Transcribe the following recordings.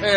Hey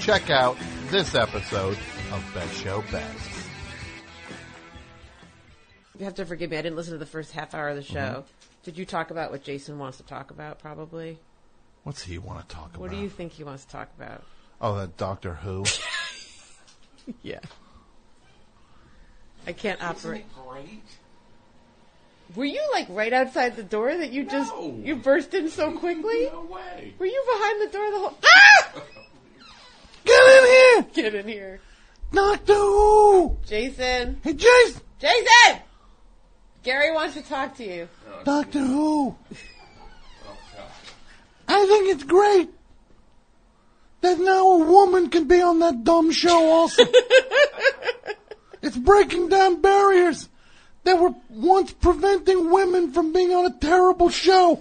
check out this episode of Best Show Best. You have to forgive me. I didn't listen to the first half hour of the show. Mm-hmm. Did you talk about what Jason wants to talk about? Probably. What's he want to talk about? What Uh. do you think he wants to talk about? Oh, that Doctor Who. Yeah. I can't operate. Great. Were you like right outside the door that you just No. you burst in so quickly? No way. Were you behind the door the whole? Ah! Get in here, Get in here, Doctor Who. Jason. Hey, Jason. Jason. Gary wants to talk to you. Doctor Who. I think it's great that now a woman can be on that dumb show also. it's breaking down barriers that were once preventing women from being on a terrible show.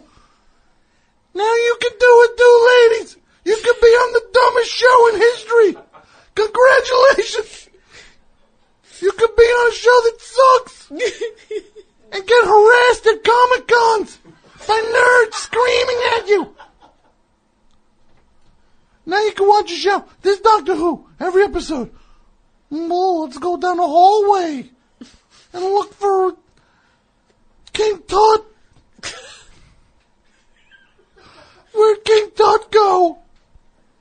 Now you can do it too, ladies. You can be on the dumbest show in history. Congratulations. You can be on a show that sucks and get harassed at Comic Cons by nerds screaming at you. Now you can watch a show. This Doctor Who, every episode. Well, let's go down the hallway and look for King Tut. Where'd King Tut go?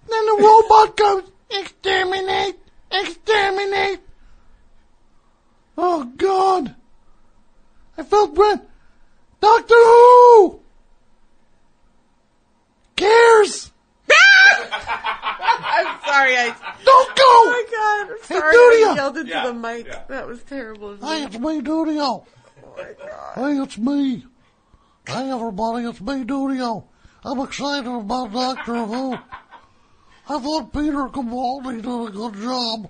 Then the robot comes. Exterminate! Exterminate! Oh God! I felt Brent. Doctor Who cares. I'm sorry. I. Don't Oh go. my god! I'm Hey, sorry. I Julia. yelled into Yeah, the mic. yeah. That was terrible. of me. Hey, it's me, Dudio. Hey, it's me. Hey, everybody, it's me, Dudio. I'm excited about Doctor Who. I thought Peter Capaldi did a good job,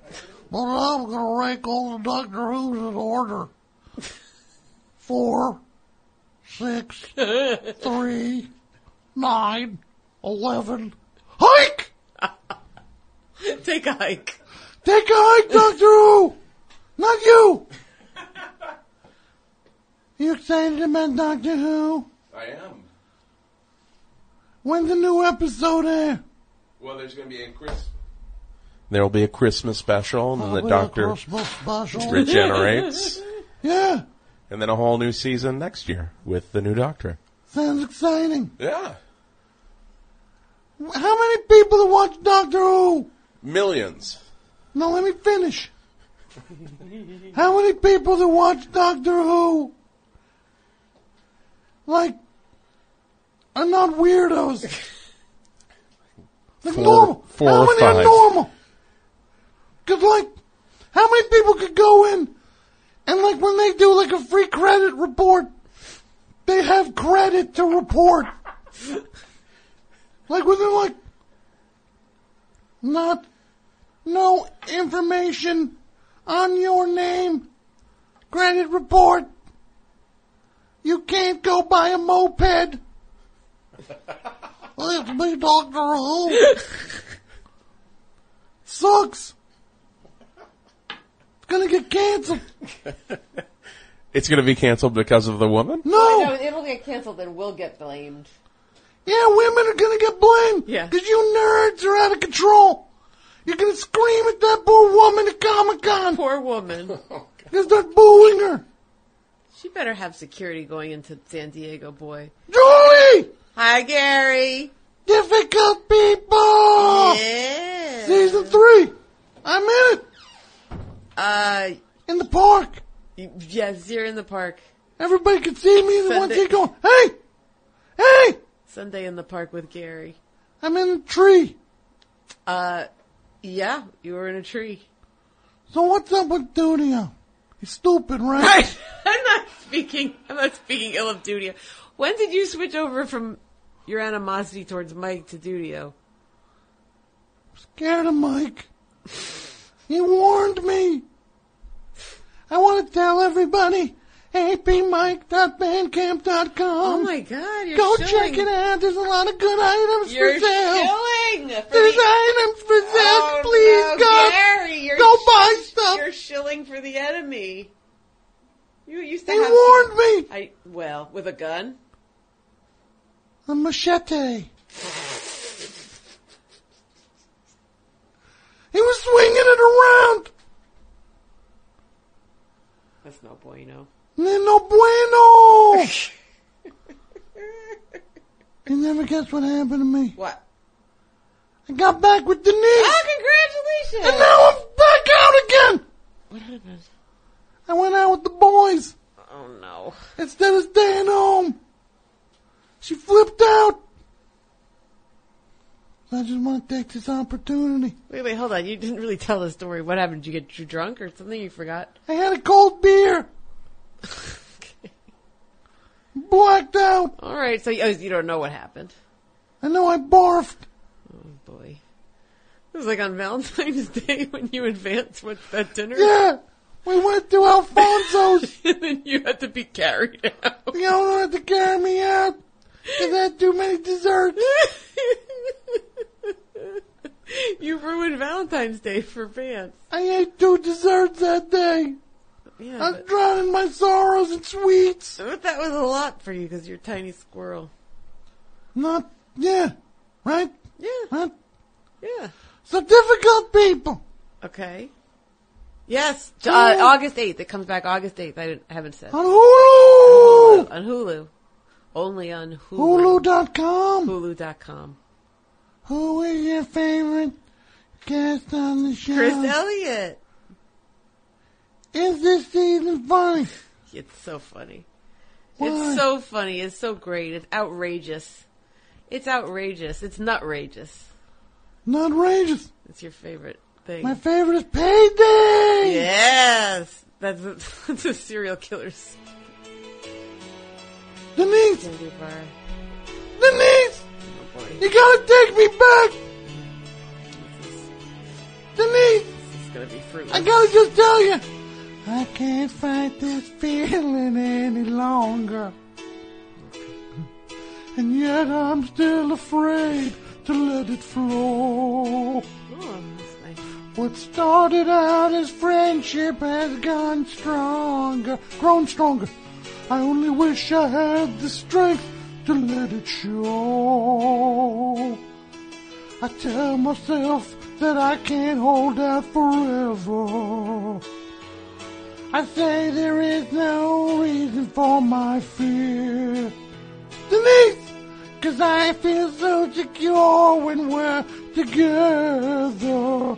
but I'm gonna rank all the Doctor Who's in order. Four, six, three, nine, eleven. Hike! Take a hike. Take a hike, Doctor Who! Not you! You excited about Doctor Who? I am. When's the new episode air? Well, there's going to be a Chris. There will be a Christmas special, and then the Probably Oh, a Doctor Christmas special. regenerates, yeah, and then a whole new season next year with the new Doctor. sounds exciting. Yeah, How many people that watch Doctor Who? millions. No, let me finish. How many people that watch Doctor Who? Like, are not weirdos. Like Four- normal. four how or many are five. normal? Cause like, how many people could go in and like when they do like a free credit report, they have credit to report. like when they're like, not no information on your name. Credit report. You can't go buy a moped. Let me, Doctor Who. sucks. It's gonna get canceled. It's going to be canceled because of the woman? No, No. it'll get canceled and we'll get blamed. Yeah, women are gonna get blamed. Yeah. Because you nerds are out of control. You're gonna scream at that poor woman at Comic Con. Poor woman. You're gonna start booing her. she better have security going into San Diego, boy. Julie! Hi, Gary. Difficult people! Yeah. Season three! I'm in it! Uh, In the park! y- yes, you're in the park. Everybody can see me and Send one it. keep going, hey! Hey! Sunday in the park with Gary. I'm in the tree. Uh, yeah, you were in a tree. So what's up with Dudio? He's stupid, right? I'm not speaking. I'm not speaking ill of Dudio. When did you switch over from your animosity towards Mike to Dudio? Scared of Mike. He warned me. I want to tell everybody, apmike.bandcamp.com. Oh my God! You're Go shilling. check it out. There's a lot of good items You're for sale. shilling. for There's the- items for sale. Oh, Please no, go. Gary, you're go shill- buy stuff. You're shilling for the enemy. You used to They have. warned me. I well with a gun. A machete. he was swinging it around. That's no bueno. No bueno. you never guess what happened to me. What? I got back with Denise. Oh, Ah, and congratulations! now I'm back out again. What happened? I went out with the boys. Oh no! instead of staying home. She flipped out. I just want to take this opportunity. Wait, wait, hold on. You didn't really tell the story. What happened? Did you get too drunk or something? You forgot? I had a cold beer, blacked out. All right, so you, oh, you don't know what happened. I know I barfed. Oh boy, it was like on Valentine's Day when you and Vance went to that dinner, Yeah, we went to Alfonso's. and then you had to be carried out. the owner had to carry me out. 'cause I had too many desserts. you ruined Valentine's Day for Vance. I ate two desserts that day. Yeah, I was but, drowning my sorrows in sweets. but that was a lot for you because you're a tiny squirrel. Not, yeah, right? Yeah, Right? yeah. So difficult people. Okay. Yes, uh, August 8th. It comes back August 8th. I, didn't, I haven't said. On Hulu! On Hulu. Only on Hulu. Hulu.com. Hulu.com. Who is your favorite guest on the show? Chris Elliott. Is this season funny? It's so funny. Why? It's so funny. It's so great. It's outrageous. It's outrageous. It's nutrageous. Not outrageous. It's your favorite thing. My favorite is Payday! yes! That's a, that's a serial killer's Denise! candy bar. Denise! Oh boy. You gotta take me back! Denise! It's gonna be fruitless. I gotta just tell you! I can't fight this feeling any longer. And yet I'm still afraid to let it Oh, flow. that's nice. What started out as friendship has gone stronger, grown stronger. I only wish I had the strength to let it show. I tell myself that I can't hold out forever. I say there is no reason for my fear. Denise! Cause I feel so secure when we're together.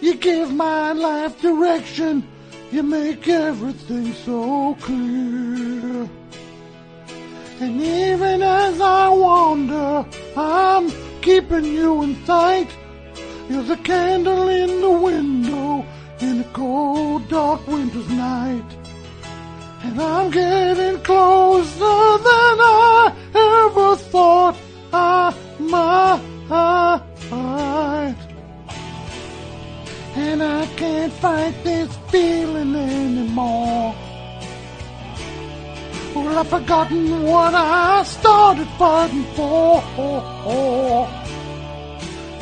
You give my life direction. You make everything so clear. And even as I wander, I'm keeping you in sight. You're the candle in the window in a cold, dark winter's night. And I'm getting closer than I ever thought I might. And I can't fight this feeling anymore. Well, I've forgotten what I started fighting for.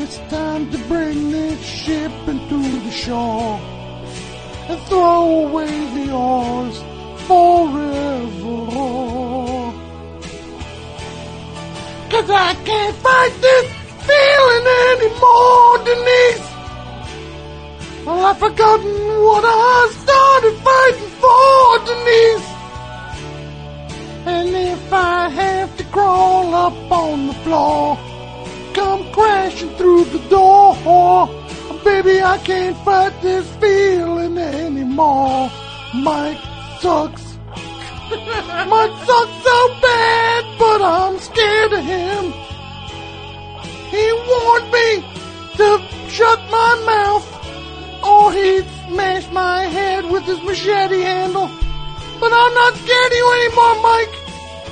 It's time to bring this ship into the shore and throw away the oars forevermore. Cause I can't fight this feeling anymore, Denise. Well, I've forgotten what I started fighting for, Denise. And if I have to crawl up on the floor, come crashing through the door, baby, I can't fight this feeling anymore. Mike sucks. Mike sucks so bad, but I'm scared of him. He warned me to shut my mouth, or he'd smash my head with his machete handle. But I'm not scared of you anymore, Mike.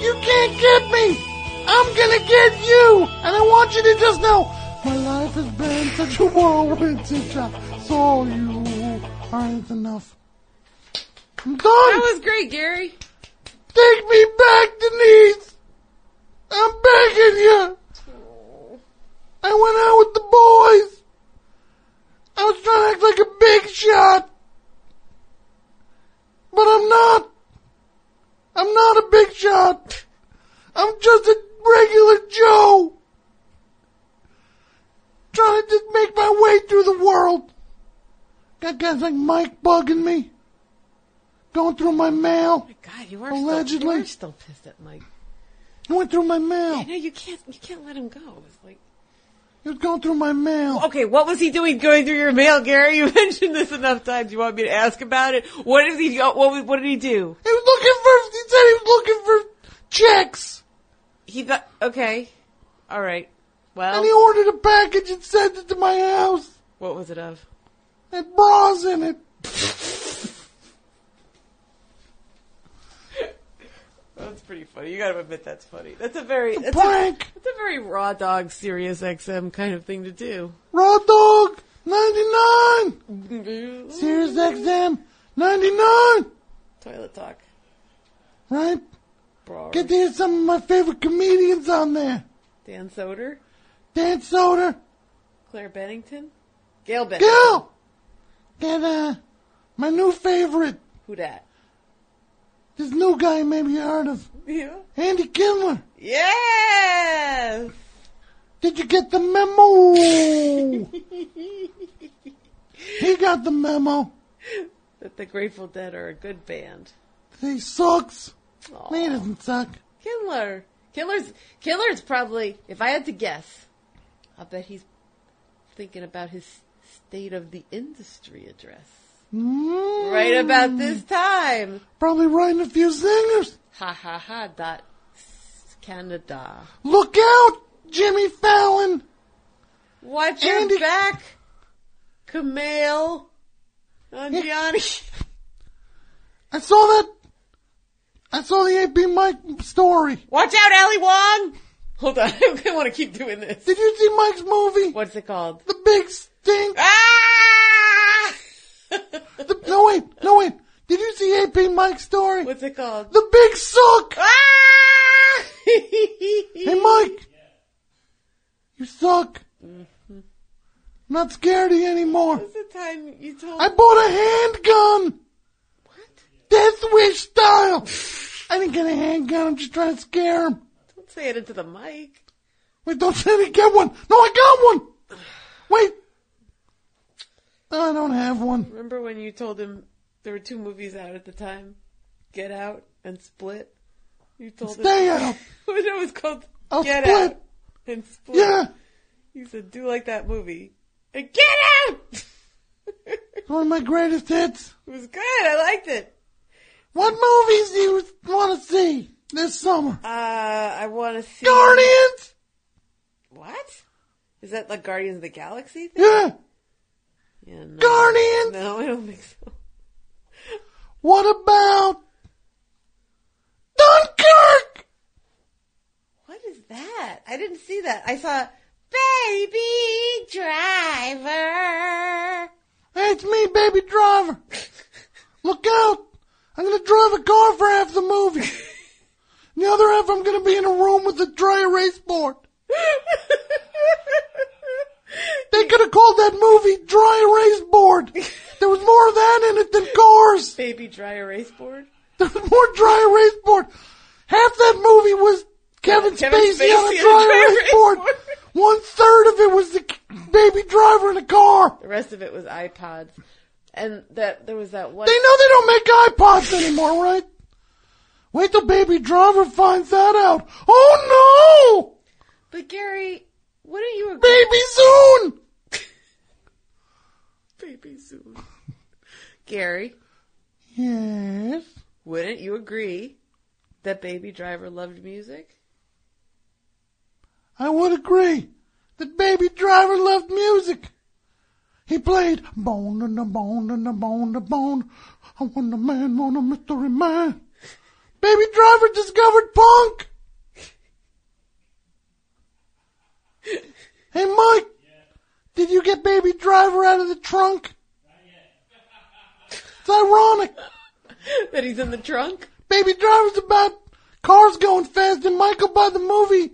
You can't get me. I'm gonna get you, and I want you to just know my life has been such a whirlwind since I saw you. All right, that's enough. I'm done. That was great, Gary. Take me back, Denise! I'm begging you! I went out with the boys! I was trying to act like a big shot! But I'm not! I'm not a big shot! I'm just a regular Joe! Trying to just make my way through the world! Got guys like Mike bugging me! Going through my mail! God, you are Allegedly. still, you are still pissed at Mike. I went through my mail. I know you can't. You can't let him go. It's like, He was going through my mail. okay, what was he doing going through your mail, Gary? You mentioned this enough times. You want me to ask about it? What did he? What, was- what did he do? He was looking for. He said he was looking for checks, He got okay. All right. and he Well, ordered a package and sent it to my house. what was it of? It had bras in it. That's pretty funny. You gotta admit that's funny. That's a very that's a, Prank. that's a very raw dog serious XM kind of thing to do. Raw dog. Ninety nine. Sears XM. Ninety nine. Toilet talk. Right. Bra. Get to hear some of my favorite comedians on there. Dan Soder, Dan Soder. Claire Bennington, Gail Bennington. Gil. Get uh, my new favorite. Who dat? This new guy maybe you heard of. Yeah. Andy Kindler. Yes. Did you get the memo? he got the memo. That the Grateful Dead are a good band. He sucks. Aw. He doesn't suck. Kindler. Kindler's Kindler's probably if I had to guess, I bet he's thinking about his state of the industry address. Right about this time. Mm. Probably writing a few singers. Ha ha ha dot s- Canada. Look out, Jimmy Fallon. Watch Andy- your back, Camille. Angiani. I saw that. I saw the AP Mike story. Watch out, Ali Wong. Hold on, I want to keep doing this. Did you see Mike's movie? What's it called? The Big Stink. Ah! The, no wait, no wait. Did you see AP Mike's story? What's it called? The Big Suck. Ah! Hey, Mike! You suck! I'm not scared of you anymore! What's the time you told I bought a handgun! What? Death Wish style! I didn't get a handgun, I'm just trying to scare him! Don't say it into the mic. Wait, don't say me get one! No, I got one! Wait! No, I don't have one. Remember when you told him there were two movies out at the time? Get Out and Split? You told Stay him. out! What it was called Oh, Get Split. Out and Split. Yeah! You said, do like that movie. And Get Out! it It's one of my greatest hits. was good. I liked it. What movies do you want to see this summer? Uh, I want to see. Guardians! What? Is that the Guardians of the Galaxy thing? Yeah! Yeah, no. Guardians! No, I don't think so. What about Dunkirk? What is that? I didn't see that. I saw Baby Driver. Hey, it's me, baby driver. Look out! I'm gonna drive a car for half the movie. And the other half, I'm gonna be in a room with a dry erase board. could have called that movie Dry Erase Board. There was more of that in it than Gores. Baby dry erase board. There was more Dry Erase Board. Half that movie was Kevin, Kevin Spacey, on Spacey a Dry Erase Board. One third of it was the k- baby driver in a car. The rest of it was iPods, and that there was that one. They know they don't make iPods anymore, right? Wait till baby driver finds that out. Oh no! But Gary, what are you? A Baby soon! baby soon. Gary, Yes. wouldn't you agree that Baby Driver loved music? I would agree that Baby Driver loved music. He played bone and a bone and a bone and a bone. I want a man, want a mystery man. Baby Driver discovered punk. hey Mike, did you get Baby Driver out of the trunk? It's ironic. that he's in the trunk. Baby Driver's about cars going fast and Michael by the movie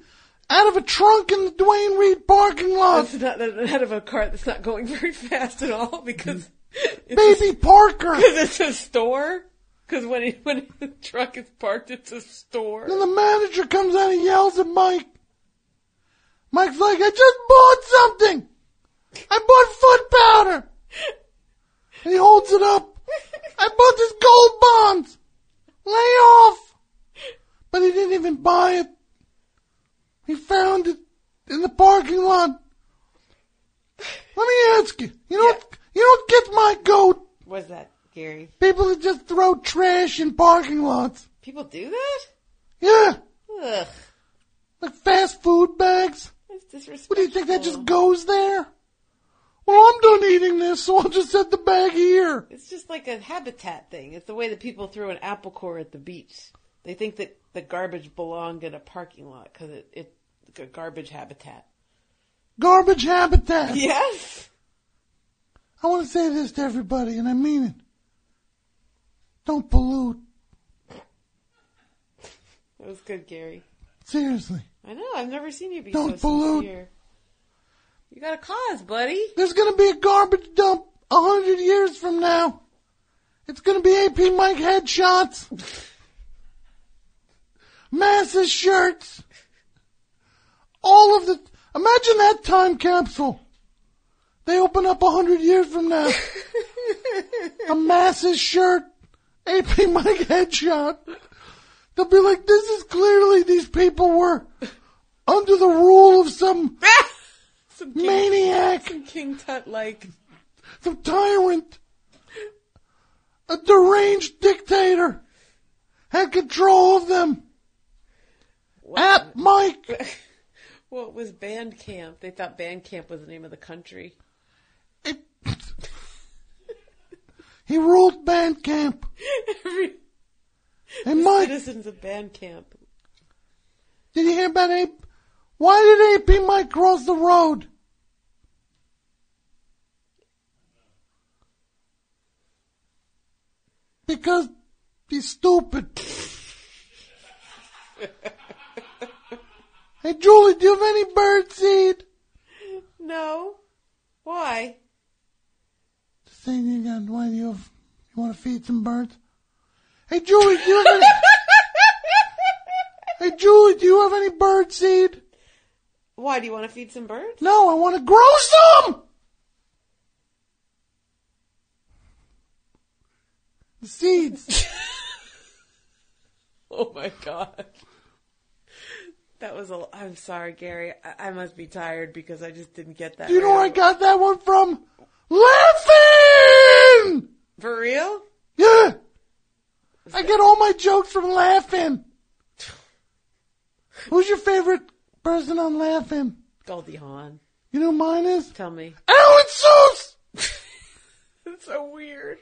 out of a trunk in the Dwayne Reed parking lot. That's not that out of a cart that's not going very fast at all because it's, Baby Parker because it's a store. Because when he, when the truck is parked, it's a store. and the manager comes out and yells at Mike. Mike's like, I just bought something. I bought foot powder. And he holds it up. I bought this gold bond. Lay off. But he didn't even buy it. He found it in the parking lot. Let me ask you. You know what, you know what gets my goat? What's that, Gary? People that just throw trash in parking lots. People do that? Yeah. Ugh, Like fast food bags. that's disrespectful. What do you think that Oh. just goes there? Well, I'm done eating this, so I'll just set the bag here. It's just like a habitat thing. It's the way that people throw an apple core at the beach. They think that the garbage belonged in a parking lot because it, it it's a garbage habitat. Garbage habitat. Yes. I want to say this to everybody, and I mean it. Don't pollute. That was good, Gary. Seriously. I know. I've never seen you be Don't so pollute. sincere. You got a cause, buddy. There's gonna be a garbage dump a hundred years from now. It's gonna be AP Mike headshots, massive shirts, all of the. Imagine that time capsule. They open up a hundred years from now. a massive shirt, AP Mike headshot. They'll be like, this is clearly these people were under the rule of some Some King, maniac King Tut like. the tyrant, a deranged dictator, had control of them. At Mike, Well, it was Band Camp. They thought Band Camp was the name of the country. it, he ruled Bandcamp. And Mike, Citizens of Band Camp. did you hear about Ape? Why did AP Mike cross the road? Because he's stupid. hey, Julie, do you have any bird seed? No. Why? Saying you got why do you have, you want to feed some birds? Hey, Julie, do you have any? hey, Julie, do you have any bird seed? Why do you want to feed some birds? No, I want to grow some. The seeds. Oh my god. That was a. I'm sorry, Gary. I, I must be tired because I just didn't get that. Do you know where I round. got that one from? Laughing. For real? Yeah. I get all my jokes from laughing. Who's your favorite person on laughing? Goldie Hawn. You know who mine is? Tell me. Alan Seuss! It's so weird.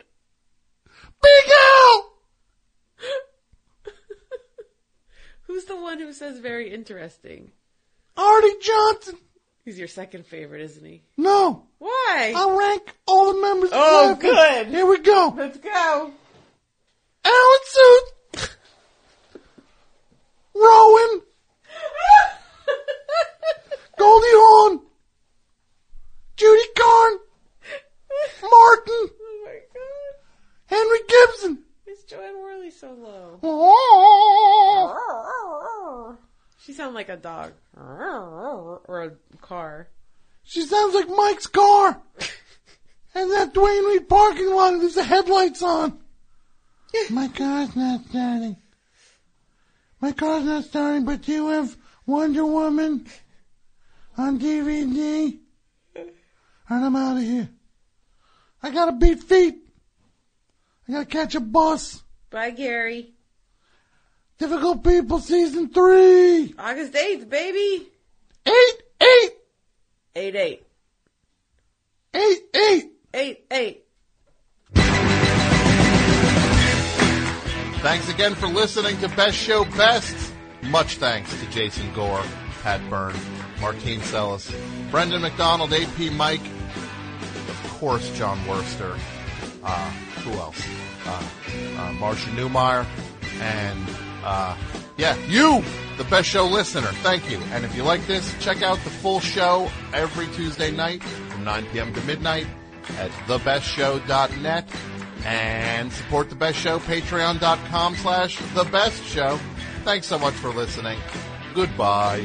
Big Al! Who's the one who says very interesting? Artie Johnson! He's your second favorite, isn't he? No, Why? I'll rank all the members of Oh, Laughing. good. Here we go. Let's go. Alan Seuss! Rowan! Goldie Hawn! Judy Oh so low. Oh, She sounds like a dog or a car. she sounds like Mike's car. And that Dwayne Reed parking lot, and there's the headlights on. My car's not starting. My car's not starting, but you have Wonder Woman on DVD. And I'm out of here. I gotta beat feet. I gotta catch a bus. Bye, Gary. Difficult People Season 3. August 8th, baby. 8, 8, 8 8. 8, 8. 8 8. Thanks again for listening to Best Show Best. Much thanks to Jason Gore, Pat Byrne, Martine Sellis, Brendan McDonald, AP Mike, of course, John Worster. Uh, who else? Uh, uh, Marcia Newmeyer. And, uh, yeah, you, the Best Show listener. Thank you. And if you like this, check out the full show every Tuesday night from 9 p.m. to midnight at thebestshow.net and support the best show patreon.com slash the best show thanks so much for listening goodbye